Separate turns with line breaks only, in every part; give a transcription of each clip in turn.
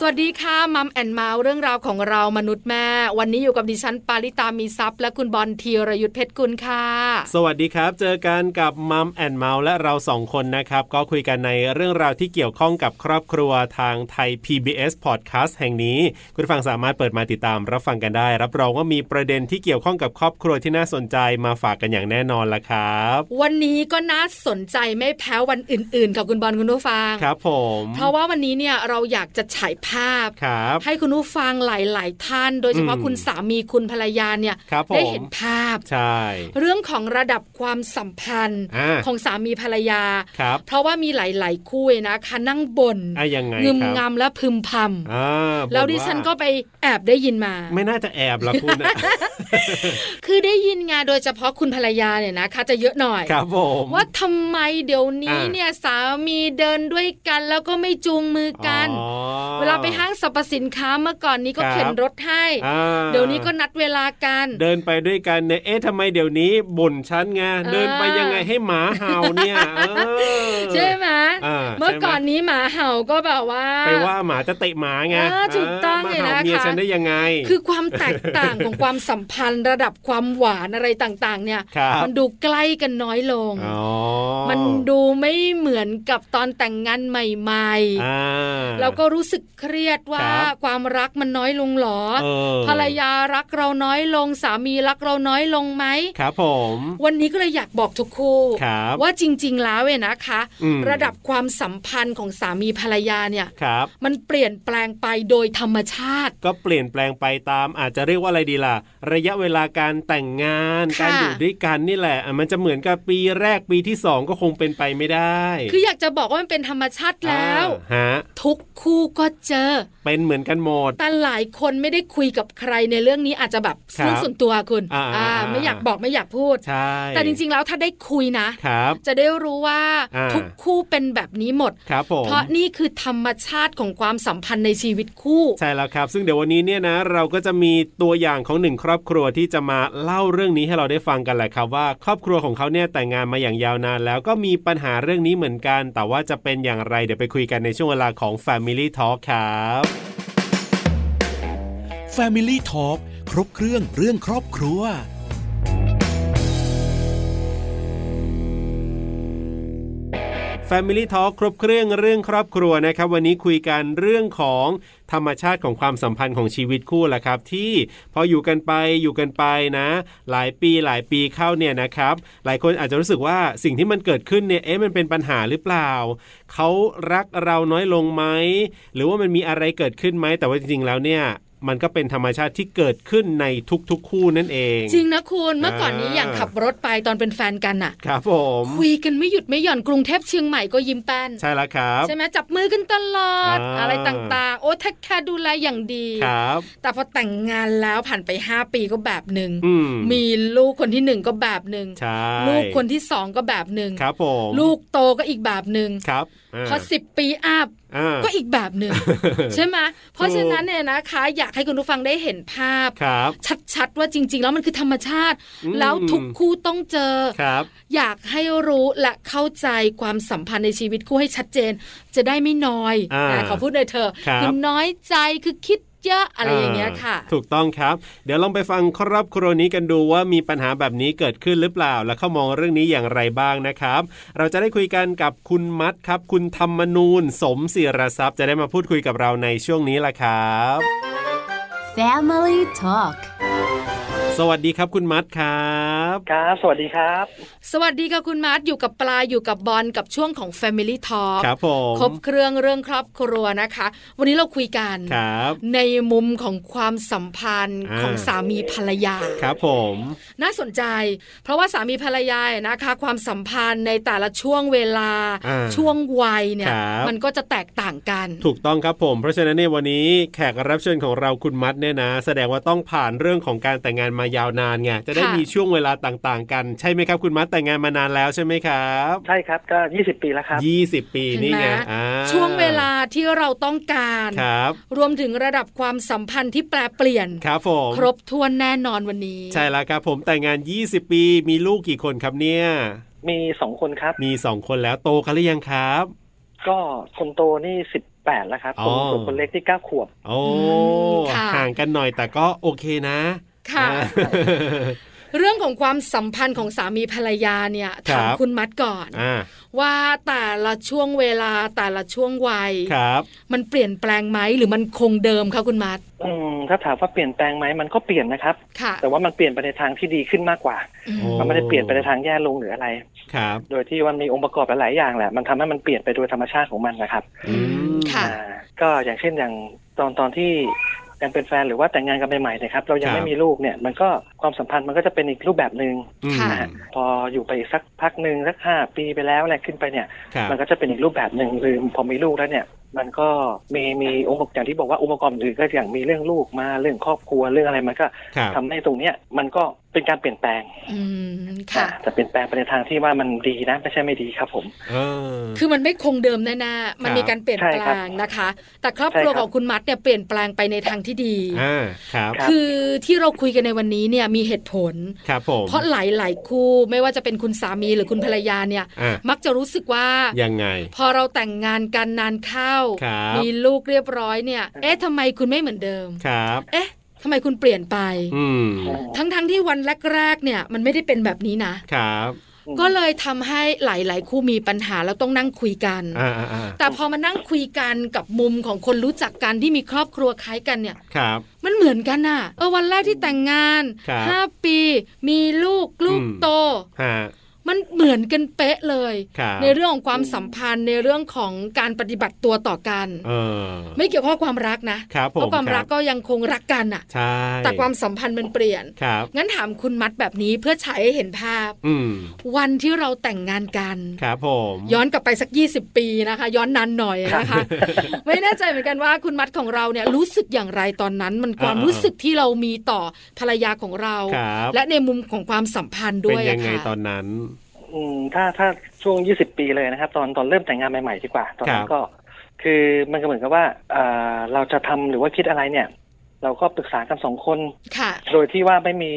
สวัสดีค่ะมัมแอนเมาส์เรื่องราวของเรามนุษย์แม่ วันนี้อยู่กับดิฉันปาริตามีซัพย์และคุณบอลธีรยุทธเพชรกุลค่ะ
สวัสดีครับ เจอกันกับมัมแอนเมาส์และเราสองคนนะครับ ก็คุยกันในเรื่องราวที่เกี่ยวข้องกับครอบครัวทางไทย PBS Podcast แห่งนี้ คุณผู้ฟังสามารถเปิดมาติดตามรับฟังกันได้ รับรองว่ามีประเด็นที่เกี่ยวข้องกับครอบครัวที่น่าสนใจมาฝากกันอย่างแน่นอนละครับ
วันนี้ก็น่าสนใจไม่แพ้วันอื่นๆ กับคุณบอลคุณผู้ฟัง
ครับผม
เพราะว่าวันนี้เนี่ยเราอยากจะฉายภาพ
ครับ
ให้คุณผู้ฟังหลายๆท่าน โดยเฉพาะ
อืม
คุณสามีคุณภรรยาเนี่ย
ครับผม
ได้เห็นภาพ
ใช่
เรื่องของระดับความสัมพันธ์
อ่า
ของสามีภรรยา
ครับ
เพราะว่ามีหลาย ๆ คู่เลยนะคะนั่งบ่น
อ่ะยังไง
งึม
ครับ
งำและพึมพำ
อ่าบอก
แล้วดิฉันา ก็ไปแอบได้ยินมา
ไม่น่าจะแอบละ คุณนะ
คือได้ยินไงโดยเฉพาะคุณภรรยาเนี่ยนะคะ จะเยอะหน่อย
ครับผม
ว่าทำไมเดี๋ยวนี้
อ่า
เนี่ยสามีเดินด้วยกันแล้วก็ไม่จูงมือกัน
อ๋อ
เวลาไปห้างสรรพสินค้าเมื่อก่อนนี้ก็
ครับ
เข็นรถให้
อ่า
เดี๋ยวนี้ก็นัดเวลากัน
เดินไปด้วยกันเนี่ย เอ๊ะทำไมเดี๋ยวนี้บ่นชั้นไง เดินไปยังไงให้หมาเห่าเนี่ย เออ
ใช่ไหม
อ่า
เมื่อ
ใช่ไหม
ก่อนนี้หมาเห่าก็แบบว่า
ไปว่าหมาจะเตะหมาไง
อ่าถูกต้อง
มา
เลย
เห่า
นะคะ
เมียฉันได้ยังไง
คือความแตกต่างของความสัมพันธ์ ระดับความหวานอะไรต่างๆ เนี่ย
ครับ
มันดูใกล้กันน้อยลง
อ๋อ
มันดูไม่เหมือนกับตอนแต่งงานใหม่
อ่า
ๆ เราก็รู้สึกเครียดว่า
ครับ
ความรักมันน้อยลงหรอ
เออ
ภรรยารักเราน้อยลง สามีรักเราน้อยลงไหม
ครับผม
วันนี้ก็เลยอยากบอกทุกคู่
ครับ
ว่าจริง ๆ แล้วเนี่ยนะคะ
อืม
ระดับความสัมพันธ์ของสามีภรรยาเนี่ย
ครับ
มันเปลี่ยนแปลงไปโดยธรรมชาติ
ก็เปลี่ยนแปลงไปตามอาจจะเรียกว่าอะไรดีล่ะ ระยะเวลาการแต่งงาน
ค่ะ
การอยู่ด้วยกันนี่แหละอ่ะมันจะเหมือนกับปีแรกปีที่สองก็คงเป็นไปไม่ได้
คืออยากจะบอกว่ามันเป็นธรรมชาติแล้ว
อ่าฮะ
ทุกคู่ก็เจอ
เป็นเหมือนกันหมด
แต่หลายคนไม่ได้คุยกับใครในเรื่องนี้อาจจะแบบ
ครับ
เรื่องส่วนตัวคุณ
อ่า
อ่า
อ่า
ไม่อยากบอกไม่อยากพูด
ใช่
แต่จริงๆแล้วถ้าได้คุยนะ
ครับ
จะได้รู้ว่า
อ่า
ทุกคู่เป็นแบบนี้หมด
ครับผม
เพราะนี่คือธรรมชาติของความสัมพันธ์ในชีวิตคู่
ใช่แล้วครับ ซึ่งเดี๋ยววันนี้เนี่ยนะ เราก็จะมีตัวอย่างของหนึ่งครอบครัวที่จะมาเล่าเรื่องนี้ให้เราได้ฟังกันแหละครับ ว่าครอบครัวของเขาเนี่ยแต่งงานมาอย่างยาวนาน แล้วก็มีปัญหาเรื่องนี้เหมือนกัน แต่ว่าจะเป็นอย่างไรเดี๋ยวไปคุยกันในช่วงเวลาของ Family Talk ครับ
Family Talk ครบเครื่องเรื่องครอบครัว
Family Talk ครบเครื่องเรื่องครอบครัวนะครับ วันนี้คุยกันเรื่องของธรรมชาติของความสัมพันธ์ของชีวิตคู่แหละครับ ที่พออยู่กันไปอยู่กันไปนะ หลายปีหลายปีเข้าเนี่ยนะครับ หลายคนอาจจะรู้สึกว่าสิ่งที่มันเกิดขึ้นเนี่ยเอ๊ะมันเป็นปัญหาหรือเปล่า เขารักเราน้อยลงไหมหรือว่ามันมีอะไรเกิดขึ้นไหมแต่ว่าจริงๆแล้วเนี่ย มันก็เป็นธรรมชาติที่เกิดขึ้นในทุกๆ คู่นั่นเอง
จริงนะคุณเมื่อก่อนนี้
อ่า
อย่างขับรถไปตอนเป็นแฟนกันน่ะ
ครับผม
คุยกันไม่หยุดไม่หย่อนกรุงเทพเชียงใหม่ก็ยิ้มแป้น
ใช่แล้วครับ
ใช่ไหมจับมือกันตลอด
อ่า
อะไรต่างๆ โอ้ทักแค่ดูแลอย่างดี
ครับ
แต่พอแต่งงานแล้วผ่านไป 5 ปีก็แบบหนึ่ง
อืม
มีลูกคนที่หนึ่งก็แบบหนึ่ง
ใช่
ลูกคนที่สองก็แบบหนึ่ง
ครับผม
ลูกโตก็อีกแบบหนึ่ง
ครับา
พอสิบปีอัพ
อ่า
ก็อีกแบบห นึ่งใช่ไหมเพราะฉะนั้นเนี่ยนะคะ อยากให้คุณผู้ฟังได้เห็นภาพ
ครับ
ชัดๆ ว่าจริง ๆ แล้วมันคือธรรมชาติ
อืม
แล้วทุกคู่ต้องเจอ
ครับ
อยากให้รู้และเข้าใจความสัมพันธ์ในชีวิตคู่ให้ชัดเจน จะได้ไม่น้อย
อ่า
นะขอพูดเลยเธอะ
ครับ
คือน้อยใจคือคิดเยอะอะไรอย่างเงี้ยค่ะ
ถูกต้องครับ เดี๋ยวลองไปฟังครอบครัวนี้กันดูว่ามีปัญหาแบบนี้เกิดขึ้นหรือเปล่า และเขามองเรื่องนี้อย่างไรบ้างนะครับ เราจะได้คุยกันกับคุณมัดครับ คุณธรรมนูนสมศิรทรัพย์จะได้มาพูดคุยกับเราในช่วงนี้ละครับ
Family Talk
สวัสดีครับคุณมัดครับ
ครับ สวัสดีครับ
สวัสดีค่ะคุณมาร์ทอยู่กับปลาอยู่กับบอลกับช่วงของ Family Talk
ครับผม
ครบเครื่องเรื่องครอบครัวนะคะ วันนี้เราคุยกัน
ครับ
ในมุมของความสัมพันธ์
อ่า
ของสามีภรรยา
ครับผม
น่าสนใจ เพราะว่าสามีภรรยาเนี่ยนะคะ ความสัมพันธ์ในแต่ละช่วงเวลา
อ่า
ช่วงวัยเนี่ย
ครับ
มันก็จะแตกต่างกัน
ถูกต้องครับผม เพราะฉะนั้นในยวันนี้แขกรับเชิญของเราคุณมัดเนี่ยนะ แสดงว่าต้องผ่านเรื่องของการแต่งงานมา ายาวนานไงจะได้
ค่ะ
มีช่วงเวลาต่างๆ กัน ใช่ไหมครับคุณมัดแต่งงานมานานแล้วใช่ไหมครับ
ใช่ครับก็ 20 ปีแล้วครับ
ยี่สิบปี
เห็น
นี่
ไหม
ไงอ่า
ช่วงเวลาที่เราต้องการ
ครับ
รวมถึงระดับความสัมพันธ์ที่แปลเปลี่ยน
ครับผม
ครบถ้วนแน่นอนวันนี้
ใช่แล้วครับผมแต่งงาน 20 ปีมีลูกกี่คนครับเนี่ย
มีสองคนครับ
มี 2 คนแล้วโตกันหรือยังครับ
ก็คนโตนี่18แล้วครับ
อ๋อ
คนส่วนคนเล็กที่9ขวบ
โอ้
อืมค่ะ
ห่างกันหน่อยแต่ก็โอเคนะ
ค่ะ
อ่า
เรื่องของความสัมพันธ์ของสามีภรรยาเนี่ยถาม
ครับ
คุณมัดก่อน
อ่า
ว่าแต่ละช่วงเวลาแต่ละช่วงวัย
ครับ
มันเปลี่ยนแปลงไหมหรือมันคงเดิมคะคุณมัด
อืมถ้าถามว่าเปลี่ยนแปลงไหมมันก็เปลี่ยนนะครับ
ค่ะ
แต่ว่ามันเปลี่ยนไปในทางที่ดีขึ้นมากกว่า
อืม
โอ้
มันไม่ได้เปลี่ยนไปในทางแย่ลงหรืออะไร
ครับ
โดยที่มันมีองค์ประกอบหลายๆอย่างแหละ มันทำให้มันเปลี่ยนไปโดยธรรมชาติของมันนะครับ
อืม
ค่ะ
อ่าก็อย่างเช่นอย่างตอนตอนที่ยังเป็นแฟนหรือว่าแต่งงานกันใหม่ๆเนะครับ เรายังไม่มีลูกเนี่ย มันก็ความสัมพันธ์มันก็จะเป็นอีกรูปแบบหนึ่ง
อืม
ค่ะ
นะฮะพออยู่ไปอีกสักพักหนึ่งสักห้าปีไปแล้วอะไรขึ้นไปเนี่ย
ครับ
มันก็จะเป็นอีกรูปแบบหนึ่งคือพอมีลูกแล้วเนี่ย มันก็มีมีองค์ประกอบอย่างที่บอกว่าองค์ประกอบอื่นก็อย่างมีเรื่องลูกมาเรื่องครอบครัวเรื่องอะไรมันก็
ครับ
ทำให้ตรงเนี้ยมันก็เป็นการเปลี่ยนแปลง
อืมค่ะ
อ่าแต่เปลี่ยนแปลงไปในทางที่ว่ามันดีนะไม่ใช่ไม่ดีครับผม
เออ
คือมันไม่คงเดิมแน่ๆมันมีการเปลี่ยนแปลง
ใช่ครับ
นะคะ แต่ครอบครัว
ใช่ครับ
ของคุณมัดเนี่ยเปลี่ยนแปลงไปในทางที่ดี
อ่าครับ
ครับ
คือที่เราคุยกันในวันนี้เนี่ยมีเหตุผล
ครับผม
เพราะหลายๆคู่ไม่ว่าจะเป็นคุณสามีหรือคุณภรรยาเนี่ย
อ่ะ
มักจะรู้สึกว่า
ยังไง
พอเราแต่งงานกันนานเข้า
ครับ
มีลูกเรียบร้อยเนี่ย เอ๊ะทำไมคุณไม่เหมือนเดิม
ครับ
เอ๊ะทำไมคุณเปลี่ยนไป
อืม
ทั้งๆที่วันแรกๆเนี่ยมันไม่ได้เป็นแบบนี้นะ
ครับ
ก็เลยทำให้หลาย ๆ คู่มีปัญหาแล้วต้องนั่งคุยกัน
อ่าอ่าอ่า
แต่พอมานั่งคุยกันกับมุมของคนรู้จักกันที่มีครอบครัวคล้ายกันเนี่ย
ครับ
มันเหมือนกันน่ะ เออวันแรกที่แต่งงาน
ครับ
ห้าปี มีลูกลูก
อืม
โต
ฮะ
มันเหมือนกันเป๊ะเลย
ครับ
ในเรื่องของความสัมพันธ์ในเรื่องของการปฏิบัติตัวต่อกัน
เออ
ไม่เกี่ยวข้องความรักนะครับ
ผม
เพราะความรัก
ครับ
ก็ยังคงรักกันน่ะ
ใช่
แต่ความสัมพันธ์มันเปลี่ยน
ครับ
งั้นถามคุณมัดแบบนี้เพื่อฉายให้เห็นภาพ
อืม
วันที่เราแต่งงานกัน
ครับผม
ย้อนกลับไปสัก 20 ปีนะคะ ย้อนนานหน่อยนะคะ ไม่แน่ใจเหมือนกันว่าคุณมัดของเราเนี่ยรู้สึกอย่างไรตอนนั้น มันความ
อ่าๆ
รู้สึกที่เรามีต่อภรรยาของเรา
ครับ
และในมุมของความสัมพันธ์ด้
เป็น
วย
ยั
อะ
ไงตอ
ค่ะ
นนั้น
อืมถ้าถ้าช่วง 20 ปีเลยนะครับ ตอนตอนเริ่มแต่งงานใหม่ ๆ ดีกว่า ตอนนั้
ครั
น
บ
ก็ คือมันก็เหมือนกับว่าเอ่อเราจะทำหรือว่าคิดอะไรเนี่ย เราก็ปรึกษากันสองคน
ค่ะ
โดยที่ว่าไม่มี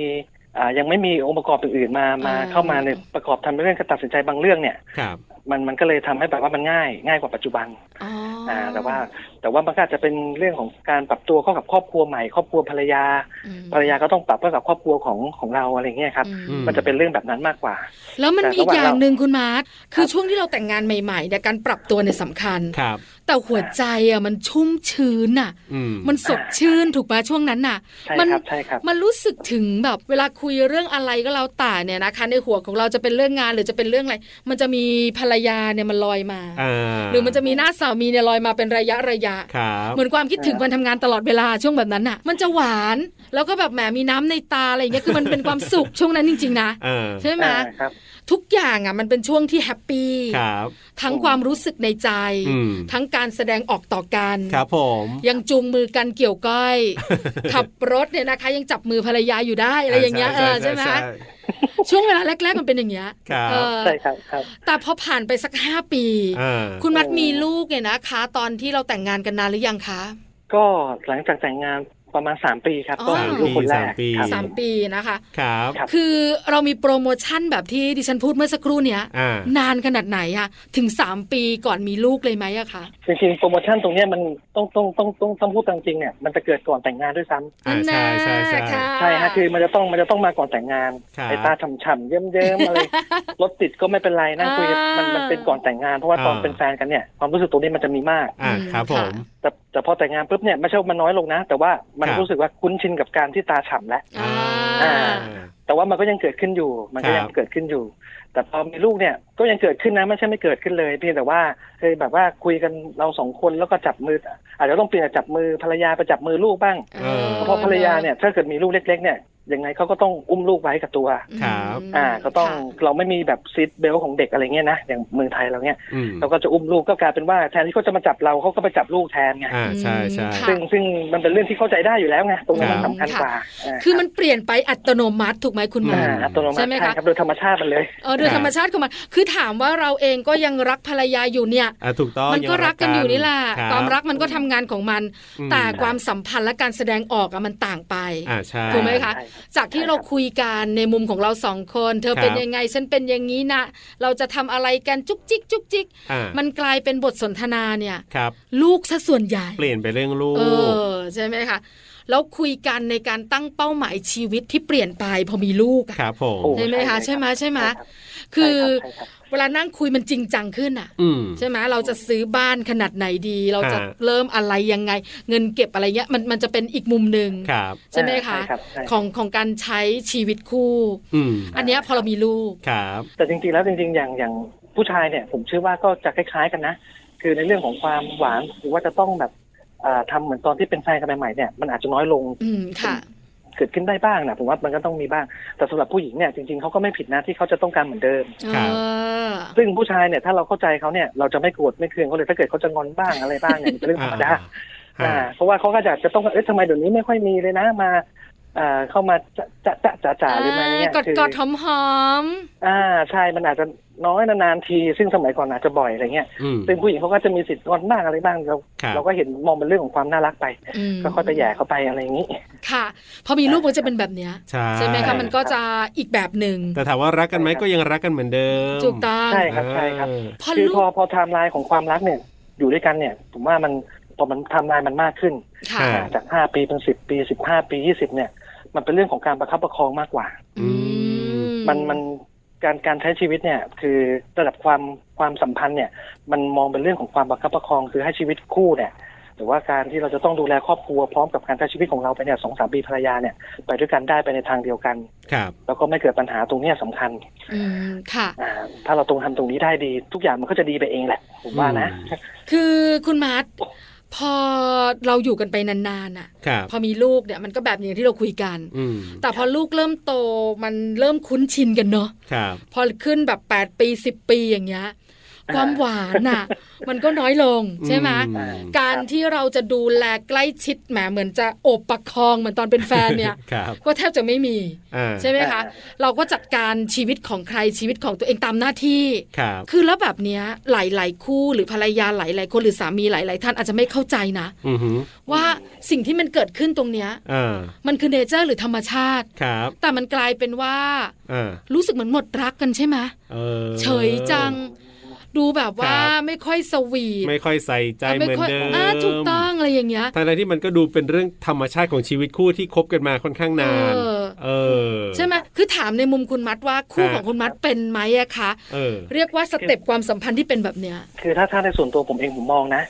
อ่ายังไม่มีองค์ประกอบอื่นๆมามา
อ่า
เข้ามาในประกอบทำเรื่องการตัดสินใจบางเรื่องเนี่ย
ครับ
มันมันก็เลยทำให้แบบว่ามันง่ายง่ายกว่าปัจจุบัน
อ๋ออ่
าแต่ว่าแต่ว่ามันก็อาจจะเป็นเรื่องของการปรับตัวเข้ากับครอบครัวใหม่ครอบครัวภรรยา
อืม
ภรรยาก็ต้องปรับเข้ากับครอบครัวของของเราอะไรเงี้ยครับ
อืม
มันจะเป็นเรื่องแบบนั้นมากกว่า
แล้วมันมีอีก
แต่
อ
ระหว่าง
ย่าง
เรา
หนึ่งคุณมาร์ทคือ
ครับ
ช่วงที่เราแต่งงานใหม่ๆเนี่ยการปรับตัวเนี่ยสำคัญ
ครับ
แต่หัวใจอ่ะมันชุ่มชื้นอ่ะ
อืม
มันสดชื่นถูกไหมช่วงนั้นน่ะ
ใช่
มัน
ครับใช่ครับ
มันรู้สึกถึงแบบเวลาคุยเรื่องอะไรก็แล้วแต่เนี่ยนะคะ ในหัวของเราจะเป็นเรื่องงานหรือจะเป็นเรื่องอะไร มันจะมีภรรยาเนี่ยมันลอยมา
อ่า
หรือมันจะมีหน้าสามีเนี่ยลอยมาเป็นระยะระยะ
ครับ
เหมือนความคิดถึงมันทำงานตลอดเวลาช่วงแบบนั้นน่ะ มันจะหวานแล้วก็แบบแหมมีน้ำในตาอะไรอย่างเงี้ยคือมันเป็นความ สุขช่วงนั้นจริง ๆ นะ
เออ
ใช่ไหม
อ่าครับ
ทุกอย่างอ่ะมันเป็นช่วงที่แฮปปี้
ครับ
ทั้งความรู้สึกในใจ
อืม
ทั้งการแสดงออกต่อกัน
ครับผม
ยังจูงมือกันเกี่ยวก้ อย ขับรถเนี่ยนะคะ ยังจับมือภรรยาอยู่ได้อะไรอย่างเงี้ยเออใช่ไหมช่วงเวลาแรก ๆ มันเป็นอย่างเงี้ย
ครับ
เออ
ใช่ครับครับ
แต่พอผ่านไปสักห้าปี
อ่า
คุณมัด
โอ้
มีลูกเนี่ยนะคะ ตอนที่เราแต่งงานกันนานหรือยังคะ
ก็หลังจากแต่งงานประมาณสามปีครับ
อ๋อ
ก็
สาม
มีลู
ปี
กคนแร
สาม
ก
ปี
ครับ
สามปีนะคะ
ครับ
ครับ
คือเรามีโปรโมชั่นแบบที่ดิฉันพูดเมื่อสักครู่เนี้ย
อ่าน
านขนาดไหนอะถึงสามปีก่อนมีลูกเลยไหมอะคะ
จริงๆโปรโมชั่นตรงเนี้ยมันต้องต้องต้องต้องต้องพูดตามจริงเนี่ยมันจะเกิดก่อนแต่งงานด้วยซ้ำ
อ่าใช่ใช่ใช่
นั่นน่ะค่ะ
ใช่ฮะคือมันจะต้องมันจะต้องมาก่อนแต่งงาน
ครับ
ไอ้ตาฉ่ำๆเยิ้ม ๆอะไรรถติดก็ไม่เป็นไรนั่งคุยกัน
อ่ามั
มันมันเป็นก่อนแต่งงานเพราะว่าตอนเป็นแฟนกันเนี่ยความรู้สึกตรงนี้มันจะมีมาก
อ่าครับผม
แต่แต่พอแต่งงานปุ๊บเนี่ยไม่ใช่ว่ามันน้อยลงนะ แต่ว่ามัน
ครับ
รู้สึกว่าคุ้นชินกับการที่ตาฉ่ำแล้ว
อ่า
อ่า แต่ว่ามันก็ยังเกิดขึ้นอยู่ มันก็
ครับ
ยังเกิดขึ้นอยู่ แต่พอมีลูกเนี่ยก็ยังเกิดขึ้นนะไม่ใช่ไม่เกิดขึ้นเลยเพียงแต่ว่าเคยแบบว่าคุยกันเราสองคนแล้วก็จับมือ อาจจะต้องเปลี่ยนจากจับมือภรรยาไปจับมือลูกบ้าง
เออ
เพราะภรรยาเนี่ยถ้าเกิดมีลูกเล็กๆเนี่ย ยังไงเขาก็ต้องอุ้มลูกไว้กับตัว
ครับ
ม
อ่าก็ต้อง
ค่ะ
เราไม่มีแบบซีทเบลของเด็กอะไรเงี้ยนะอย่างเมืองไทยเราเนี่ย
อืม
เราก็จะอุ้มลูกก็กลายเป็นว่าแทนที่เขาจะมาจับเราเขาก็ไปจับลูกแทนไง
อ่าใช่ใช่
ซึ่งซึ่งมันเป็นเรื่องที่เข้าใจได้อยู่แล้วไงตรงนั้นมัน
ครับ
สำคัญกว่าา
คือมันเปลี่ยนไปอัตโนมัติถูกไหมคุณหมอ
อ่าอัตโนมั
ใช่
ติ
ไหมคะ
ใช่ครับโดยธรรมชาติมันเลย
เออโดย
ครับ
ธรรมชาติของมัน คือถามว่าเราเองก็ยังรักภรรยาอยู่เนี่ย
อ่าถูกต้อง
มันก็
ยัง
รักกันอยู่นี่แหละ
คบ
ความรักมันก็ทำงานของมัน
อืม
แต่ความสัมพันธ์และการแสดงออกอะมันต่างไป
อ่าใช่
ถูกไหมคะ
ใช่
จากที่เราคุยกันในมุมของเราสองคน เธอ
ครับ
เป็นยังไง ฉันเป็นอย่างนี้นะ เราจะทำอะไรกันจุกจิกจุกจิก
อ่า
มันกลายเป็นบทสนทนาเนี่ย
ครับ
ลูกซะส่วนใหญ่
เปลี่ยนไปเรื่องลูก
เออใช่ไหมคะแล้วคุยกันในการตั้งเป้าหมายชีวิตที่เปลี่ยนไปพอมีลูกอะ
ครับผม
โอ้
เห็นไหมคะใช่ไหมใช่ไหม
ครับ
คือ
ใช่ครับ
เวลานั่งคุยมันจริงจังขึ้นอ่ะ
อืม
ใช่ไหมเราจะซื้อบ้านขนาดไหนดี เราจะ
ฮะ
เริ่มอะไรยังไง เงินเก็บอะไรเงี้ยมันมันจะเป็นอีกมุมหนึ่ง
ครับ
ใช่ไหมคะ
ใช่ครับใช่
ของของการใช้ชีวิตคู่
อืม
อันเนี้ยพอเรามีลูก
ครับ
แต่จริงๆแล้วจริงๆอย่างอย่างผู้ชายเนี่ย ผมเชื่อว่าก็จะคล้ายๆกันนะ คือในเรื่องของความหวานหรือว่าจะต้องแบบอ่าทำาเหมือนตอนที่เป็นแฟนกันใหม่ๆเนี่ยมันอาจจะน้อยลง
อืมค่ะ
เกิดขึ้นได้บ้างนะผมว่ามันก็ต้องมีบ้าง แต่สำหรับผู้หญิงเนี่ยจริงๆเขาก็ไม่ผิดนะที่เขาจะต้องการเหมือนเดิม
เอ
ครับ
อ
ซึ่งผู้ชายเนี่ยถ้าเราเข้าใจเขาเนี่ยเราจะไม่โกรธไม่เคืองเขาเลยถ้าเกิดเขาจะงอนบ้างอะไรบ้างเนี่ยมันเป็นเรื่องธรรมดา
อ่า
อ่าเพราะว่าเขาก็จะจะต้องเอ๊ะทำไมเดี๋ยวนี้ไม่ค่อยมีเลยนะมาอ่าเข้ามาจะจะจะจะจ่าหรือมาเนี่ย
กอด
คื
กอดหอมหอม
อ่าใช่มันอาจจะน้อยนานๆที ซึ่งสมัยก่อนอาจจะบ่อยอะไรเงี้ย
อืม
ซึ่งผู้หญิงเขาก็จะมีสิทธิ์งอนบ้างอะไรบ้างเรา
ครับ
เราก็เห็นมองเป็นเรื่องของความน่ารักไป
ๆอืม
ก็ค่อยไปแหย่เขาไปอะไรอย่างนี้
ค่ะ พอมีลูกมันจะเป็นแบบเนี้ย
ใช่
ใช่ไหมคะมันก็จะอีกแบบหนึ่ง
แต่ถามว่ารักกันไหมก็ยังรักกันเหมือนเดิม
ถูกต้อง
ใช่ครับใช่ครับ
เออ
พอ
คือ
ลู
พอก พอไทม์ไลน์ของความรักเนี่ยอยู่ด้วยกันเนี่ย ผมว่ามันพอมันไทม์ไลน์มันมากขึ้น
ค่ะ
า
จากห้าปีเป็นสิบปีสิบห้าปียี่สิบเนี่ย มันเป็นเรื่องของการประคับประคองมากกว่า
อืม
มันมันการการใช้ชีวิตเนี่ย คือระดับความความสัมพันธ์เนี่ย มันมองเป็นเรื่องของความประคับประคองคือให้ชีวิตคู่เนี่ยหรือว่าการที่เราจะต้องดูแลครอบครัวพร้อมกับการใช้ชีวิตของเราไปเนี่ยสองสามปีภรรยาเนี่ยไปด้วยกันได้ไปในทางเดียวกัน
ครับ
แล้วก็ไม่เกิดปัญหาตรงเนี้ยสำคัญ
อืมค่ะ
อ่าถ้าเราตรงทำตรงนี้ได้ดี ทุกอย่างมันก็จะดีไปเองแหละผมว่านะ
คือคุณมาร์ทพอเราอยู่กันไปนานๆอ่ะ
ครับ
พอมีลูกเนี่ยมันก็แบบอย่างที่เราคุยกัน
อืม
แต่พอลูกเริ่มโตมันเริ่มคุ้นชินกันเนาะ
ครับ
พอขึ้นแบบ 8 ปี 10 ปีอย่างเงี้ยความหวานน่ะ มันก็น้อยลงใช่ไหม
อื
การที่เราจะดูแลใกล้ชิดแหมเหมือนจะโอบประคองเหมือนตอนเป็นแฟนเนี่ย
ครับ
ก็แทบจะไม่มี
อ่า
ใช่ไหมคะ
อ่า
เราก็จัดการชีวิตของใครชีวิตของตัวเองตามหน้าที่
ครับ
คือแล้วแบบเนี้ยหลาย ๆ คู่หรือภรรยาหลาย ๆ คนหรือสามีหลาย ๆ ท่านอาจจะไม่เข้าใจนะ
อือหือ
ว่าสิ่งที่มันเกิดขึ้นตรงเนี้ย
อ่า
มันคือเนเจอร์หรือธรรมชาติ
ครับ
แต่มันกลายเป็นว่า
อ่า
รู้สึกเหมือนหมดรักกันใช่ไหม
เออ
เฉยจัง ดูแบบว่า
ครับ
ไม่ค่อยสวีท
ไม่ค่อยใส่ใจเหมือน
ค่อย
เดิม
อ่าถูกต้องอะไรอย่างเงี้ย
ทั้งๆที่มันก็ดูเป็นเรื่องธรรมชาติของชีวิตคู่ที่คบกันมาค่อนข้างนาน
เออ
เออ
ใช่ไหมคือถามในมุมคุณมัดว่าคู่
ค
ข
รับ
องคุณมัดเป็นไหมอะคะ
เออ
เรียกว่าสเต็ปความสัมพันธ์ที่เป็นแบบเนี้ย
คือถ้าถ้าในส่วนตัวผมเองผมมองนะ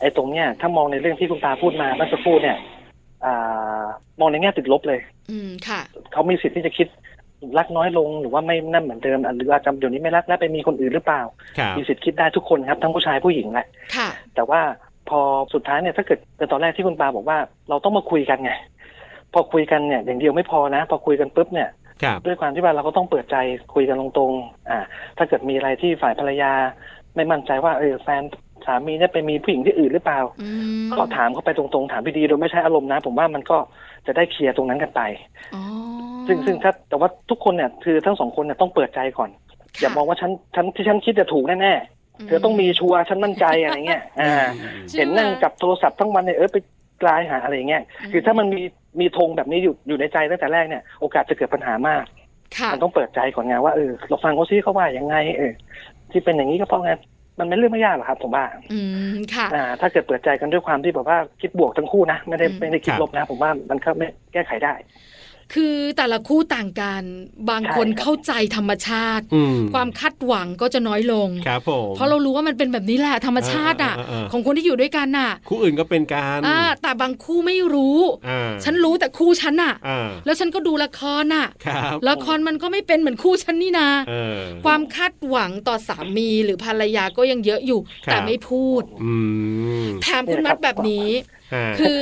ไอ้ตรงเนี้ยถ้ามองในเรื่องที่คุณตาพูดมาเมื่อสักครู่เนี่ยอามองในแง่ติดลบเลย
อืมค่ะ
เขามีสิทธิ์ที่จะคิดรักน้อยลงหรือว่าไม่นั่นเหมือนเดิมหรืออาจจะเดี๋ยวนี้ไม่รักแล้วไปมีคนอื่นหรือเปล่า
ครับ
มีสิทธิ์คิดได้ทุกคนครับทั้งผู้ชายผู้หญิงแหละ
ค่ะ
แต่ว่าพอสุดท้ายเนี่ยถ้าเกิดแต่ตอนแรกที่คุณปาบอกว่า เราต้องมาคุยกันไงพอคุยกันเนี่ยอย่างเดียวไม่พอนะ พอคุยกันปุ๊บเนี่ย
ครับ
ด้วยความที่ว่าเราก็ต้องเปิดใจคุยกันตรงๆอ่า ถ้าเกิดมีอะไรที่ฝ่ายภรรยา ไม่มั่นใจว่าเออแฟนสามีเนี่ยไปมีผู้หญิงที่อื่นหรือเปล่า
อืม
ก็ถามเขาไปตรงๆ ถามดีๆโดยไม่ใช้อารมณ์นะ ผมว่ามันก็จะได้เคลียร์ตรงนั้นกันไป
อ๋อ
ซึ่งซึ่งถ้าแต่ว่าทุกคนเนี่ยคือทั้งสองคนเนี่ยต้องเปิดใจก่อน อย่ามองว่าฉันฉันที่ฉันคิดจะถูกแน่ๆเธอต้องมีชัวร์ฉันมั่นใจอะไรเงี้ยอ่า
ใช่ไม
เห็นนั่งจับโทรศัพท์ทั้งวันเนี่ยเออไปกลายหาอะไรเงี้ย
อืม
คือถ้ามันมีมีธงแบบนี้อยู่อยู่ในใจตั้งแต่แรกเนี่ยโอกาสจะเกิดปัญหามาก
ค่ะ
มันต้องเปิดใจก่อนไงว่าเออเราฟังเขาซิเขาว่ายังไงเออที่เป็นอย่างนี้ก็เพราะไงมันไม่เรื่องไม่ยากหรอกครับผมว่า
อืมค่ะ
อ่า ถ้าเกิดเปิดใจกันด้วยความที่แบบว่าคิดบวกทั้งคู่นะ ไม่ได้
อืม
ไม่ได้คิด
ครับ
ลบนะ ผมว่ามันก็ไม่แก้ไขได้
คือแต่ละคู่ต่างกัน บาง
ใช่
คน
ครับ
เข้าใจธรรมชาติ
อืม
ความคาดหวังก็จะน้อยลง
ครับผม
เพราะเรารู้ว่ามันเป็นแบบนี้แหละธรรมชาติอ่ะ
เออเออเออ
ของคนที่อยู่ด้วยกันน่ะ
คู่อื่นก็เป็นการ
อ่าแต่บางคู่ไม่รู้
อ่า
ฉันรู้แต่คู่ฉันน่ะ
อ่า
แล้วฉันก็ดูละครน่ะ
ครับ
ละครมันก็ไม่เป็นเหมือนคู่ฉันนี่นา
เออ
ความคาดหวังต่อสามีหรือภรรยาก็ยังเยอะอยู่
ครับ
แต่ไม่พูด
อืม
ถามคุณมัดแบบนี้
ค ฮะ
คือ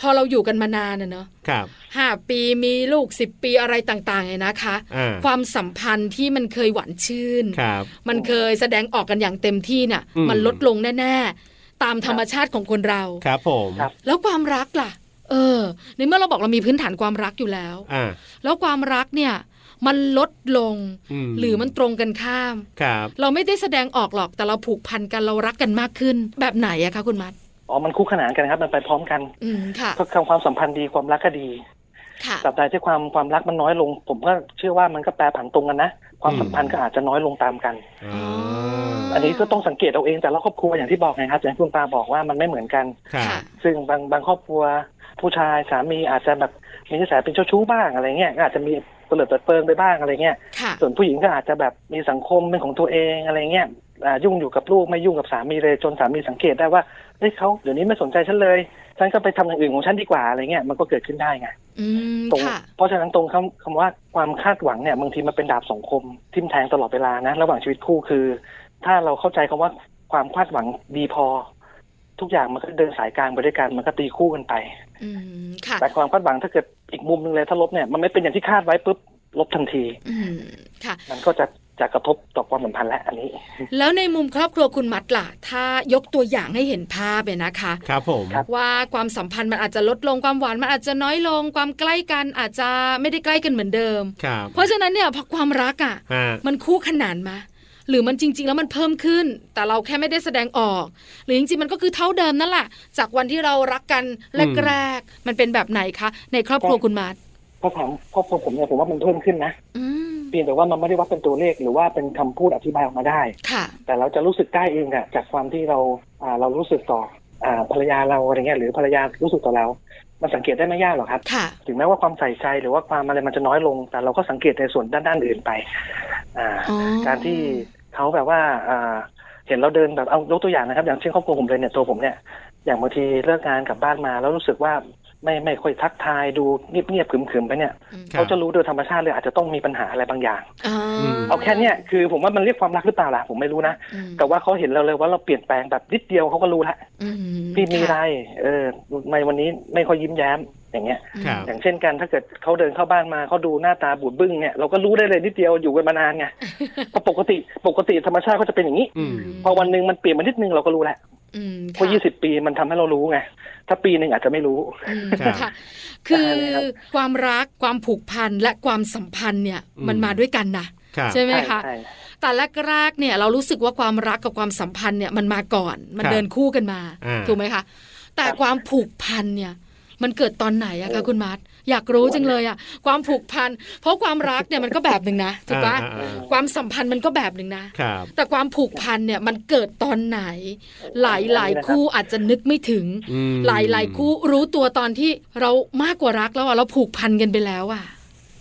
พอเราอยู่กันมานานนะเนอะ
ครับ
ห้าปีมีลูกสิบปีอะไรต่างๆเนี่ยนะคะ
อ่า
ความสัมพันธ์ที่มันเคยหวานชื่น
ครับ
มันเคยแสดงออกกันอย่างเต็มที่น่ะ
อืม
มันลดลงแน่ๆ ตามธรรมชาติของคนเรา
ครับผม
ครับ
แล้วความรักล่ะ เออ ในเมื่อเราบอกเรามีพื้นฐานความรักอยู่แล้ว
อ่า
แล้วความรักเนี่ย มันลดลง
ม
หรือมันตรงกันข้าม
ครับ
เราไม่ได้แสดงออกหรอกแต่เราผูกพันกันเรารักกันมากขึ้น แบบไหนอะคะคุณมัด
อ๋อมันคู่ขนานกันครับ มันไปพร้อมกัน
อืมค่ะ
ก็ความความสัมพันธ์ดีความรักก็ดี
ค่ะ
ตราบใดที่ความความรักมันน้อยลง ผมก็เชื่อว่ามันก็แปรผันตรงกันนะความ
อืม
สัมพันธ์ก็อาจจะน้อยลงตามกัน
อ๋อ
ม
อันนี้ก็ต้องสังเกตเอาเองแต่ละครอบครัวอย่างที่บอกไงครับอย่างที่คุณปาบอกว่ามันไม่เหมือนกัน
ครับ
ซึ่งบางบางครอบครัว ผู้ชายสามีอาจจะแบบมีนิสัยเป็นเจ้าชู้บ้างอะไรเงี้ยก็อาจจะมีเปลิดเปิดเปิงไปบ้างอะไรเงี้ย
ค่ะ
ส่วนผู้หญิงก็อาจจะแบบมีสังคมเป็นของตัวเองอะไรเงี้ยอ่ายุ่งอยู่กับลูกไม่ยุ่งกับสามีเลยจนสามีสังเกตได้ว่าเฮ้ยเขาเดี๋ยวนี้ไม่สนใจฉันเลยฉันก็ไปทำอย่างอื่นของฉันดีกว่าอะไรเงี้ยมันก็เกิดขึ้นได้ไง
อืม
ตรง
ค่ะ
เพราะฉะนั้นตรงคำคำว่าความคาดหวังเนี่ยบางทีมันเป็นดาบสองคมทิ่มแทงตลอดเวลานะระหว่างชีวิตคู่คือ ถ้าเราเข้าใจคำว่าความคาดหวังดีพอ ทุกอย่างมันก็เดินสายกลางไปด้วยกันมันก็ตีคู่กันไป
อืมค่ะ
แต่ความคาดหวังถ้าเกิดอีกมุมหนึงเลยถ้าลบเนี่ยมันไม่เป็นอย่างที่คาดไว้ปุ๊บลบทันที
อืมค่ะ
มันก็จะจะกระทบต่อความสัมพันธ์และอันนี้
แล้วในมุมครอบครัวคุณมัดล่ะ ถ้ายกตัวอย่างให้เห็นภาพเนี่ยนะคะ
ครับผม
ครับ
ว่าความสัมพันธ์มันอาจจะลดลงความหวานมันอาจจะน้อยลง ความใกล้กันอาจจะไม่ได้ใกล้กันเหมือนเดิม
ครับ
เพราะฉะนั้นเนี่ยพอความรักอะ่ะ
ฮะ
มันคู่ขนานมา หรือมันจริง ๆ แล้วมันเพิ่มขึ้น แต่เราแค่ไม่ได้แสดงออก หรือจริงๆมันก็คือเท่าเดิมนั่นแหละจากวันที่เรารักกันแรกๆมันเป็นแบบไหนคะในครอบครัวคุณมัด
ถ้าถามครอบครัวผมเนี่ยผมว่ามันเพิ่มขึ้นนะ
อืม
เพียงแต่ว่ามันไม่ได้วัดเป็นตัวเลขหรือว่าเป็นคำพูดอธิบายออกมาได้
ค่ะ
แต่เราจะรู้สึกได้เองอะจากความที่เราอ่าเรารู้สึกต่ออ่าภรรยาเราอะไรเงี้ยหรือภรรยารู้สึกต่อเรา มันสังเกตได้ไม่ยากหรอกครับ
ค่ะ
ถึงแม้ว่าความใส่ใจหรือว่าความอะไรมันจะน้อยลง แต่เราก็สังเกตในส่วนด้านด้านอื่นไป อ่า
อ๋อ
การที่เขาแบบว่าอ่าเห็นเราเดินแบบเอายกตัวอย่างนะครับ อย่างเช่นครอบครัวผมเลยเนี่ยตัวผมเนี่ย อย่างบางทีเลิกงานกลับบ้านมา แล้วรู้สึกว่าไม่ไม่ค่อยทักทายดูเงียบเงียบๆขรึมขรึมๆไปเนี่ย
ครั
เขา
บ
จะรู้โดยธรรมชาติเลยอาจจะต้องมีปัญหาอะไรบางอย่าง
อ๋อ
เอาแค่เนี้ยคือผมว่ามันเรียกความรักหรือเปล่าล่ะผมไม่รู้นะ
อืม
แต่ว่าเขาเห็นเราเลยว่าเราเปลี่ยนแปลงแบบนิดเดียวเขาก็รู้ละ
อืม
พี่มีอะไร
ค่ะ
เออทำไมวันนี้ไม่ค่อยยิ้มแย้มอย่างเงี้ย
ครับ
อย่างเช่นกันถ้าเกิดเขาเดินเข้าบ้านมาเขาดูหน้าตาบูดบึ้งเนี่ยเราก็รู้ได้เลยนิดเดียวอยู่กันมานาน ไง เพราะปกติปกติธรรมชาติเขาจะเป็นอย่างนี้
อืม
พอวันหนึ่งมันเปลี่ยนมานิดนึงเราก็รู้แหละ
อืม
เพ
ค่ะ
ราะยี่สิบปีมันทำให้เรารู้ไง ถ้าปีหนึ่งอาจจะไม่รู้
อืม
ครับ
ค่ะ คือ
ได้เลยครับ
ความรักความผูกพันและความสัมพันธ์เนี่ย
อืม
มันมาด้วยกันนะครับ ใช่ไหม
ใช่
คะ
ใช่
แต่แรกๆเนี่ยเรารู้สึกว่าความรักกับความสัมพันธ์เนี่ยมันมาก่อน มัน
ครับ
เดินคู่กันมา
อ่า
ถูกไหมคะแต่
ครับ
ความผูกพันเนี่ยมันเกิดตอนไหนอะคะ
โอ้
คุณมาร์ทอยากรู้จังเลยอะความผูกพันเพราะความรักเนี่ยมันก็แบบหนึ่งนะถูกปะ
อ่าอ่าอ่า
ความสัมพันธ์มันก็แบบหนึ่งนะ
ครับ
แต่ความผูกพันเนี่ยมันเกิดตอนไหน หลายหลายๆคู่อาจจะนึกไม่ถึง
อืม
หลายหลายคู่รู้ตัวตอนที่เรามากกว่ารักแล้วอ่ะเราผูกพันกันไปแล้วอ่ะ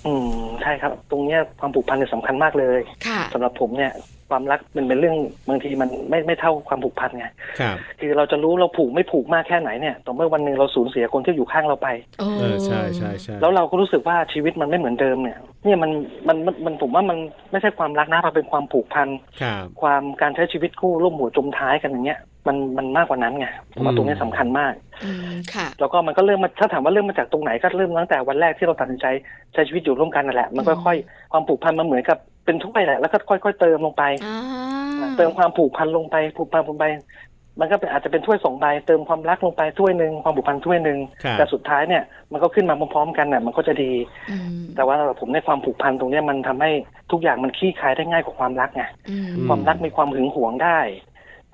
อืมใช่ครับ ตรงเนี้ยความผูกพันเนี่ยสำคัญมากเลย
ค่ะ
สำหรับผมเนี่ยความรักมันเป็นเรื่องบางทีมันไม่ไม่เท่าความผูกพันไง
ครับ
คือเราจะรู้เราผูกไม่ผูกมากแค่ไหนเนี่ยต่อเมื่อวันหนึ่งเราสูญเสียคนที่อยู่ข้างเราไป
โอ้
เออใช่ใช่ใช่
แล้วเราก็รู้สึกว่าชีวิตมันไม่เหมือนเดิมเนี่ย เนี่ยมันมันมันมันผมว่ามันไม่ใช่ความรักนะมันเป็นความผูกพัน
ครับ
ความการใช้ชีวิตคู่ร่วมหัวจมท้ายกันอย่างเงี้ยมันมันมากกว่านั้นไงผมว่า
อืม
ตรงเนี้ยสำคัญมาก
อืมค่ะ
แล้วก็มันก็เริ่มมาถ้าถามว่าเริ่มมาจากตรงไหนก็เริ่มตั้งแต่วันแรกที่เราตัดสินใจใช้ชีวิตอยู่ร่วมกันนั่นแหละมัน
อืม
ค่อยๆความผูกพันมันเหมือนกับเป็นถ้วยแหละแล้วก็ค่อย ๆ เติมลงไป
อ่า
เติมความผูกพันลงไปผูกพันลงไป มันก็เป็นอาจจะเป็นถ้วยสองใบเติมความรักลงไปถ้วยหนึ่งความผูกพันถ้วยหนึ่ง
ครับ
แต่สุดท้ายเนี่ยมันก็ขึ้นมาพร้อมๆกันน่ะมันก็จะดี
อืม
แต่ว่าผมในความผูกพันตรงเนี้ยมันทำให้ทุกอย่างมันคลี่คลายได้ง่ายกว่าความรักไง
อืม
อื
ความรักมีความหึงหวงได้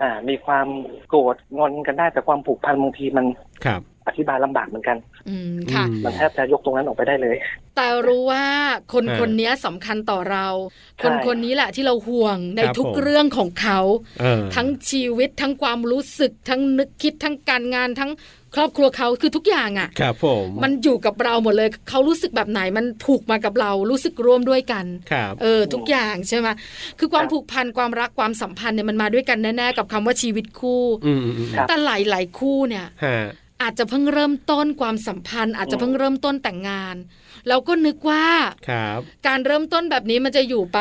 อ่า มีความโกรธงอนกันได้ แต่ความผูกพันบางทีมัน
ครับ
อธิบายลำบากเหมือนกัน
อืมค่ะ
อืม
มันแทบจะยกตรงนั้นออกไปได้เลย
แต่รู้ว่าคน
เออ
คนนี้สำคัญต่อเรา
ใช่
คนคนนี้แหละที่เราห่วงใน
ครับ
ทุก
ผม
เรื่องของเขา
เออ
ทั้งชีวิตทั้งความรู้สึก ทั้งนึกคิดทั้งการงานทั้งครอบครัวเขาคือทุกอย่างอ่ะ
ครับผม
มันอยู่กับเราหมดเลยเขารู้สึกแบบไหนมันผูกมากับเรารู้สึกร่วมด้วยกัน
ครับ
เออทุกอย่างใช่ไหมคือความ
ครับ
ผูกพันความรักความสัมพันธ์เนี่ยมันมาด้วยกันแน่ๆกับคำว่าชีวิตคู่
อืมอืมอืม
ครับ
แต่หลายๆคู่เนี่ย
ฮะ
อาจจะเพิ่งเริ่มต้นความสัมพันธ์ อาจจะเพิ่งเริ่มต้นแต่งงาน เราก็นึกว่า
ครับ
การเริ่มต้นแบบนี้มันจะอยู่ไป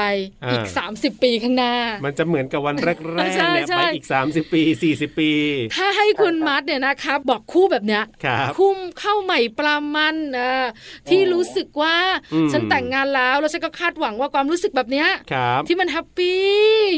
อีก
อ่า
30 ปีข้างหน้า
มันจะเหมือนกับวันแรก
ใช่
ๆเนี่ย
ใช่
ไปอีก 30 ปี 40 ปี
ถ้าให้คุณมัดเนี่ยนะคะบอกคู่แบบเนี้ย
ครับ
คุ้มเข้าใหม่ปลามันเออที่รู้สึกว่า
อืม
ฉันแต่งงานแล้วแล้วฉันก็คาดหวังว่าความรู้สึกแบบเนี้ย
ครับ
ที่มันแฮปปี้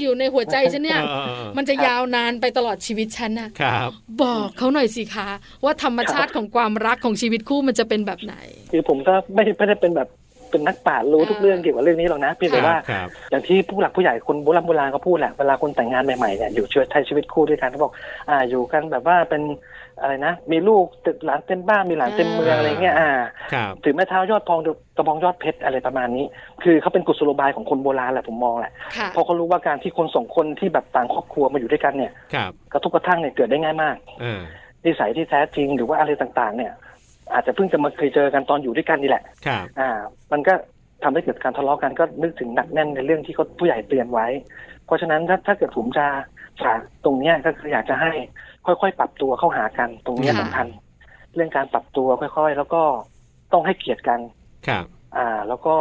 อยู่ในหัวใจฉันเนี่ย
ออออออ
มันจะยาวนานไปตลอดชีวิตฉันนะครับ บอกเขาหน่อยสิคะ ว่าธรรมชาติของความรักของชีวิตคู่มันจะเป็นแบบไหน
คือผมก็ไม่ไม่ได้เป็นแบบเป็นนักปราชญ์รู้ทุกเรื่องเกี่ยวกับเรื่องนี้หรอกนะเพียงแต่ว่า
ครับ
อย่างที่ผู้หลักผู้ใหญ่คนโบราณโบราณก็พูดแหละเวลาคนแต่งงานใหม่ๆเนี่ยอยู่ช่วยใช้ชีวิตคู่ด้วยกันเขาบอกอ่าอยู่กันแบบว่าเป็นอะไรนะ มีลูกติดหลานเต็มบ้านมีหลานเต็มเมืองอะไรเงี้ยอ่า
ครับ
ถือแม่เท้ายอดพองกระบองยอดเพชรอะไรประมาณนี้ คือเขาเป็นกุศโลบายของคนโบราณแหละผมมองแหละ
ค่ะ
เพราะเขารู้ว่าการที่คนสองคนที่แบบต่างครอบครัวมาอยู่ด้วยกันเนี่ย
ครับ
กระทบกระทั่งเนี่ยเกิดได้ง่ายมาก
อ่า
นิสัยที่แท้จริงหรือว่าอะไรต่างๆ เนี่ย อาจจะเพิ่งจะมาเคยเจอกันตอนอยู่ด้วยกันนี่แหละ
ครับ
อ่า มันก็ทำให้เกิดการทะเลาะกันก็นึกถึงหนักแน่นในเรื่องที่เขาผู้ใหญ่เตือนไว้ เพราะฉะนั้นถ้าถ้าเกิดผมจะฝากตรงเนี้ยก็คืออยากจะให้ค่อยๆ ปรับตัวเข้าหากันตรงเนี้ย
ค่ะ
สำคัญเรื่องการปรับตัวค่อยๆ แล้วก็ต้องให้เกียรติกัน
ครับ
อ่า แล้วก็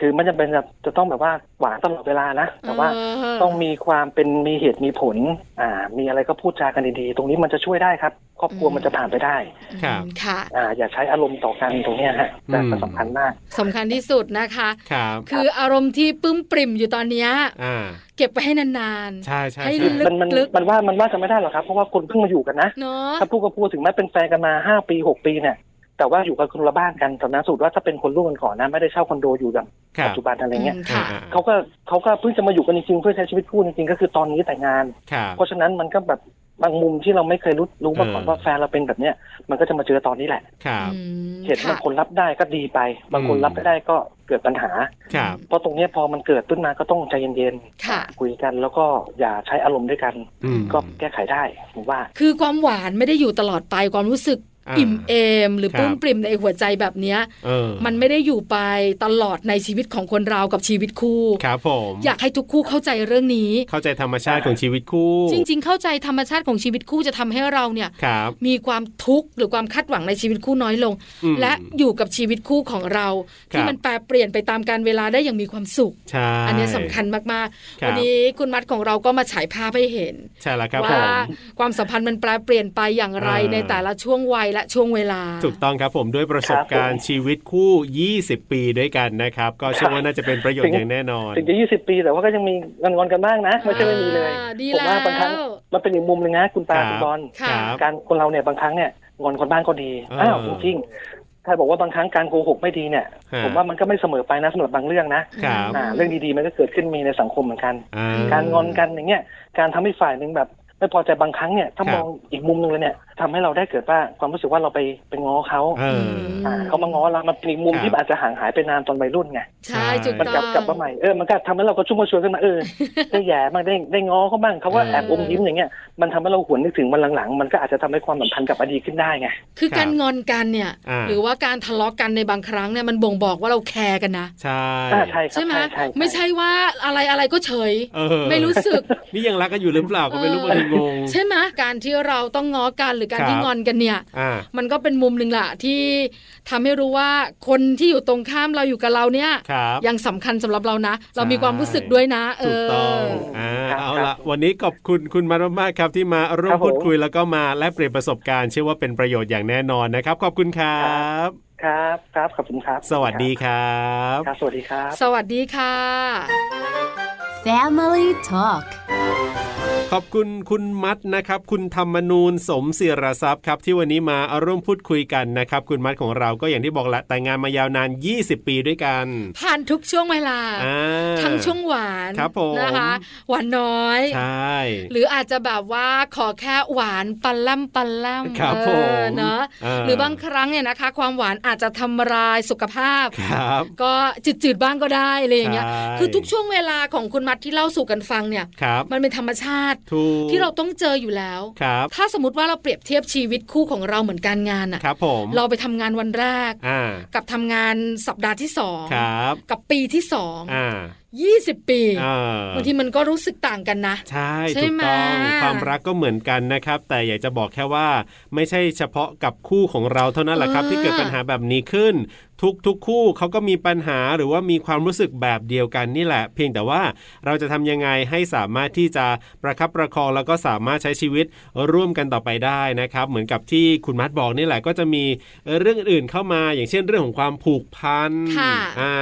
คือมันจะเป็นแบบจะต้องแบบว่าหวานตลอดเวลานะแต่ว่า
เออ
ต้องมีความเป็นมีเหตุมีผล อ่า มีอะไรก็พูดจากันดีๆ ตรงนี้มันจะช่วยได้ครับ ครอบครัวมันจะผ่านไปได้
ครับ
ค่ะ
อ่า อย่าใช้อารมณ์ต่อกันตรงเนี้ยฮะแต่ก็สำคัญมาก
สำคัญที่สุดนะคะ
ครับ
คืออารมณ์ที่ปึ้มปริ่มอยู่ตอนเนี้ย
อ่า
เก็บไปให้นาน
ใช่ใช่
ให้
ใช่
ลึก
มันมันมันว่ามันว่าจะไม่ได้หรอกครับ เพราะว่าคนเพิ่งมาอยู่กันนะ
ๆ เนาะ
ถ้าพูดก็พูดถึงแม้เป็นแฟนกันมาห้าปีหกปีเนี่ย แต่ว่าอยู่กันคนละบ้านกันสำนักสูตรว่าถ้าเป็นคนร่วมกันก่อนนะไม่ได้เช่าคอนโดอยู่แบบ
ครั
ปั
บ
จจุบันอะไรเงี้ย
มค่ะ
อ่า
เขาก็เขาก็เพิ่งจะมาอยู่กันจริงๆเพื่อใช้ชีวิตคู่จริงๆก็คือตอนนี้แต่งงาน
ครับ
เพราะฉะนั้นมันก็แบบบางมุมที่เราไม่เคยรู้รู้มาก่อน
เออ
ว่าแฟนเราเป็นแบบเนี้ยมันก็จะมาเจอตอนนี้แหละ
ครับ
อืม
เห็นบาง
ค่ะ
คนรับได้ก็ดีไป บางคนรับไม่ได้ก็เกิดปัญหา
ครับ
เพราะตรงเนี้ยพอมันเกิดขึ้นมาก็ต้องใจเย็น
ค่ะ
คุยกันแล้วก็อย่าใช้อารมณ์ด้วยกัน
อืม
ก็แก้ไขได้ผมว่า
คือความหวานไม่ได้อยู่ตลอดไปความรู้สึก
อ่า
อิ่มเอม หรือ
ครับ
ปลื้มปริ่มในหัวใจแบบเนี้ย
เออ
มันไม่ได้อยู่ไปตลอดในชีวิตของคนเรากับชีวิตคู่
ครับผม
อยากให้ทุกคู่เข้าใจเรื่องนี้
เข้าใจธรรมชาติของชีวิตคู่
จริง ๆ เข้าใจธรรมชาติของชีวิตคู่จะทำให้เราเนี่ย
ครับ
มีความทุกข์หรือความคาดหวังในชีวิตคู่น้อยลง
อืม
และอยู่กับชีวิตคู่ของเรา
ครับ
ที่มันแปรเปลี่ยนไปตามการเวลาได้อย่างมีความสุข
ใช่
อันเนี้ยสำคัญมาก
ค
ๆ
รับ
วันี้คุณมัดของเราก็มาฉายภาพให้เห็น
ใช่แล้วครับผ
ว่าม ความสัมพันธ์มันแปรเปลี่ยนไปอย่างไร
เออ
ในแต่ละช่วงวัยและช่วงเวลา
ถูกต้องครับผมด้วยประสบการณ์ชีวิตคู่ 20 ปีด้วยกันนะครับ ก็เชื่อว่าน่าจะเป็นประโยชน์อย่างแน่นอน
ถึงจะ 20 ปีแต่ว่าก็ยังมีงอนงอนๆกันบ้างนะ ไม่ใช่ไม่มีเลย
อ่าดี
ผมว่า
แล้ว
บางครั้งมันเป็นอีกมุมหนึ่งนะคุณตา
ครับ
คุณบอล
ค่ะ
ครับ
การคนเราเนี่ยบางครั้งเนี่ยงอนคนบ้างก็ดี
เอออ้
อ้าวจริงๆถ้าบอกว่าบางครั้งการโกหกไม่ดีเนี่ย
ฮะ
ผมว่ามันก็ไม่เสมอไปนะสำหรับบางเรื่องนะครับ อ่าเรื่องดีๆมันก็เกิดขึ้นมีในสังคมเหมือนกัน
อ่
การงอนกันอย่างเงี้ยการทำให้ฝ่ายหนึ่งแบบ ไม่พอใจบางครั้งเนี่ยถ้ามองอีกมุมหนึ่งเลยเนี่ยทำให้เราได้เกิดว่าความรู้สึกว่าเราไปไปง้อเขา
เออ
ม
อ่าเขามาง้อเรามันเป็นอีกมุม
ครับ
ที่อาจจะห่างหายไปนานตอนวัยรุ่นไง
ใช่จุด
มัน
ต้
กลั
อบง
กลับมาใหม่เออมันก็ทำให้เราก็ชุ่มกระชวยขึ้นมาเออ ได้แย่บ้างได้ได้ง้อเขาบ้างเขาว่า
เออ
แอบอมยิ้มอย่างเงี้ยมันทำให้เราหวนนึกถึงมันหลังๆ มันก็อาจจะทำให้ความสัมพันธ์กลับมาดีขึ้นได้ไง
คือ
ครับ
การงอนกันเนี่ย
อ่า
หรือว่าการทะเลาะกันในบางครั้งเนี่ยมันบ่งบอกว่าเราแคร์กันนะ
ใช่
อ่าใช่ครับ
ใช่ไหม
ใช่
ไม่ใช่ว่าอะไรอะไรก็เฉย
เออ
ไม่รู้สึก
นี่ยังรักกันอยู่หรือเปล่าก็ไม่รู้
เออ
มันงง
ใช่ไหมการที่เราต้องง้อกันหรือการ
ครับ
ที่งอนกันเนี่ย
อ่า
มันก็เป็นมุมหนึ่งล่ะที่ทำให้รู้ว่าคนที่อยู่ตรงข้ามเราอยู่กับเราเนี่ย
ครับ
ยังสำคัญสำหรับเรานะ เรามีความรู้สึก
ใช่
ด้วยนะ เออ
ถูกต้องอ่า
ครับ
เอาละวันนี้ขอบคุณคุณมามากๆครับที่มาร่ว
ครั
ม
บผม
พูดคุยแล้วก็มาแลกเปลี่ยนประสบการณ์เชื่อว่าเป็นประโยชน์อย่างแน่นอนนะครับ ขอบคุณครับ
ครับครับขอบคุณครับ
สวัสดีครับ
ครับ สวัสดีครับ
สวัสดีค่ะ
Family Talk
ขอบคุณคุณมัดนะครับ คุณธรรมนูนสมศิรทรัพย์ครับที่วันนี้มาร่วมพูดคุยกันนะครับ คุณมัดของเราก็อย่างที่บอกละแต่งงานมายาวนาน 20 ปีด้วยกัน
ผ่านทุกช่วงเวลา
อ่า
ทั้งช่วงหวาน
ครับผม
นะคะ หวานน้อย
ใช่
หรืออาจจะแบบว่าขอแค่หวานปันล่ำปันล่ำ
ครับ
เอ
ผม
อเนาะ
เออ
หรือบางครั้งเนี่ยนะคะ ความหวานอาจจะทำลายสุขภาพ
ครับ
ก็จืดๆบ้างก็ได้อะไรอย่างเงี้ย
ใช่
คือทุกช่วงเวลาของคุณมัดที่เล่าสู่กันฟังเนี่ย
ครับ
มันเป็นธรรมชาติ
ถูก
ที่เราต้องเจออยู่แล้ว
ครับ
ถ้าสมมติว่าเราเปรียบเทียบชีวิตคู่ของเราเหมือนการงานอะ
ครับผม
เราไปทำงานวันแรก
อ่า
กับทำงานสัปดาห์ที่สอง
ครับ
กับปีที่สอง
อ่า
20 ปี
อ่า
บางทีมันก็รู้สึกต่างกันนะ
ใช่
ใช่
ถูกต้อง
ไหม
ความรักก็เหมือนกันนะครับ แต่อยากจะบอกแค่ว่า ไม่ใช่เฉพาะกับคู่ของเราเท่านั้นแหละครับ ที่เกิดปัญหาแบบนี้ขึ้น ทุกทุกๆคู่เขาก็มีปัญหาหรือว่ามีความรู้สึกแบบเดียวกันนี่แหละ เพียงแต่ว่าเราจะทำยังไงให้สามารถที่จะประคับประคองแล้วก็สามารถใช้ชีวิตร่วมกันต่อไปได้นะครับ เหมือนกับที่คุณมัดบอกนี่แหละก็จะมีเรื่องอื่นเข้ามา อย่างเช่นเรื่องของความผูกพัน
ค่ะ
อ่า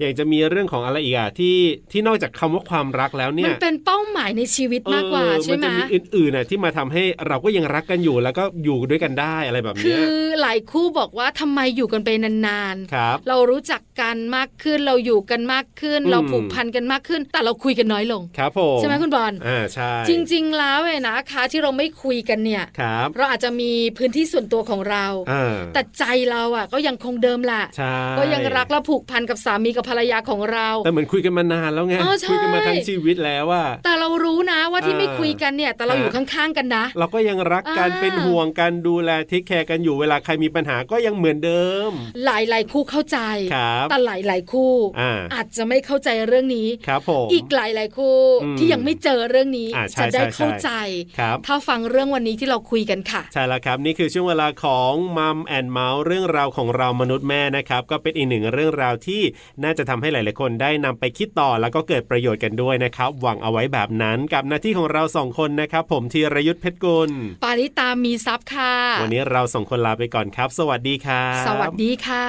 อย่างจะมีเรื่องของอะไรอีกอะที่ที่นอกจากคำว่าความรักแล้วเนี่
มั
ย
นเป็นเป้าหมายในชีวิตมากกว่า
เออ
ใช่ไหม
นจะมีอื่นๆน่ะที่มาทำให้เราก็ยังรักกันอยู่แล้วก็อยู่ด้วยกันได้อะไรแบบ
คื
เนี้ย
อหลายคู่บอกว่าทำไมอยู่กันไปนาน
ครับ
ๆ เรารู้จักกันมากขึ้นเราอยู่กันมากขึ้น
อืม
เราผูกพันกันมากขึ้น แต่เราคุยกันน้อยลง
ครับผม
ใช่ไหมคุณบอล
อ่าใช่
จริงๆแล้วเนี่ยนะคะที่เราไม่คุยกันเนี่ย
ครับ
เราอาจจะมีพื้นที่ส่วนตัวของเรา
อ่า
แต่ใจเราอ่ะก็ยังคงเดิมแหละ
ใช่
ก็ยังรักและผูกพันกับสามีกับภรรยาของเรา
แต่เหมือนคุยกันมานานแล้วไง
เออใช่
คุยกันมาทั้งชีวิตแล้วว่า
แต่เรารู้นะว่าที่
อ่า
ไม่คุยกันเนี่ยแต่เรา
อ่า
อยู่ข้างๆกันนะ
เราก็ยังรักกัน
อ่า
เป็นห่วงกันดูแลทิคแคร์กันอยู่เวลาใครมีปัญหาก็ยังเหมือนเดิม
หลายๆคู่เข้าใจ
ครับ
แต่หลายๆคู่
อ่า
จจะไม่เข้าใจเรื่องนี้
ครับผม
อีกหลายๆคู่
อืม
ที่ยังไม่เจอเรื่องนี้
อ่าใช่
จะได้
ใช่ใช่
เข้าใจ
ครับ
ถ้าฟังเรื่องวันนี้ที่เราคุยกันค่ะ
ใช่แล้วครับ นี่คือช่วงเวลาของมัมแอนเมาส์เรื่องราวของเรามนุษย์แม่นะครับ ก็เป็นอีกหนึ่งเรื่องราวที่น่าจะทำให้หลาย ๆ คนได้นำไปคิดต่อแล้วก็เกิดประโยชน์กันด้วยนะครับ หวังเอาไว้แบบนั้นกับหน้าที่ของเราสองคนนะครับ ผมธีรยุทธเพชรกุล
ปาริตามีซับค่ะ
วันนี้เราสองคนลาไปก่อนครับ สวัสดีครับ
สวัสดีค่ะ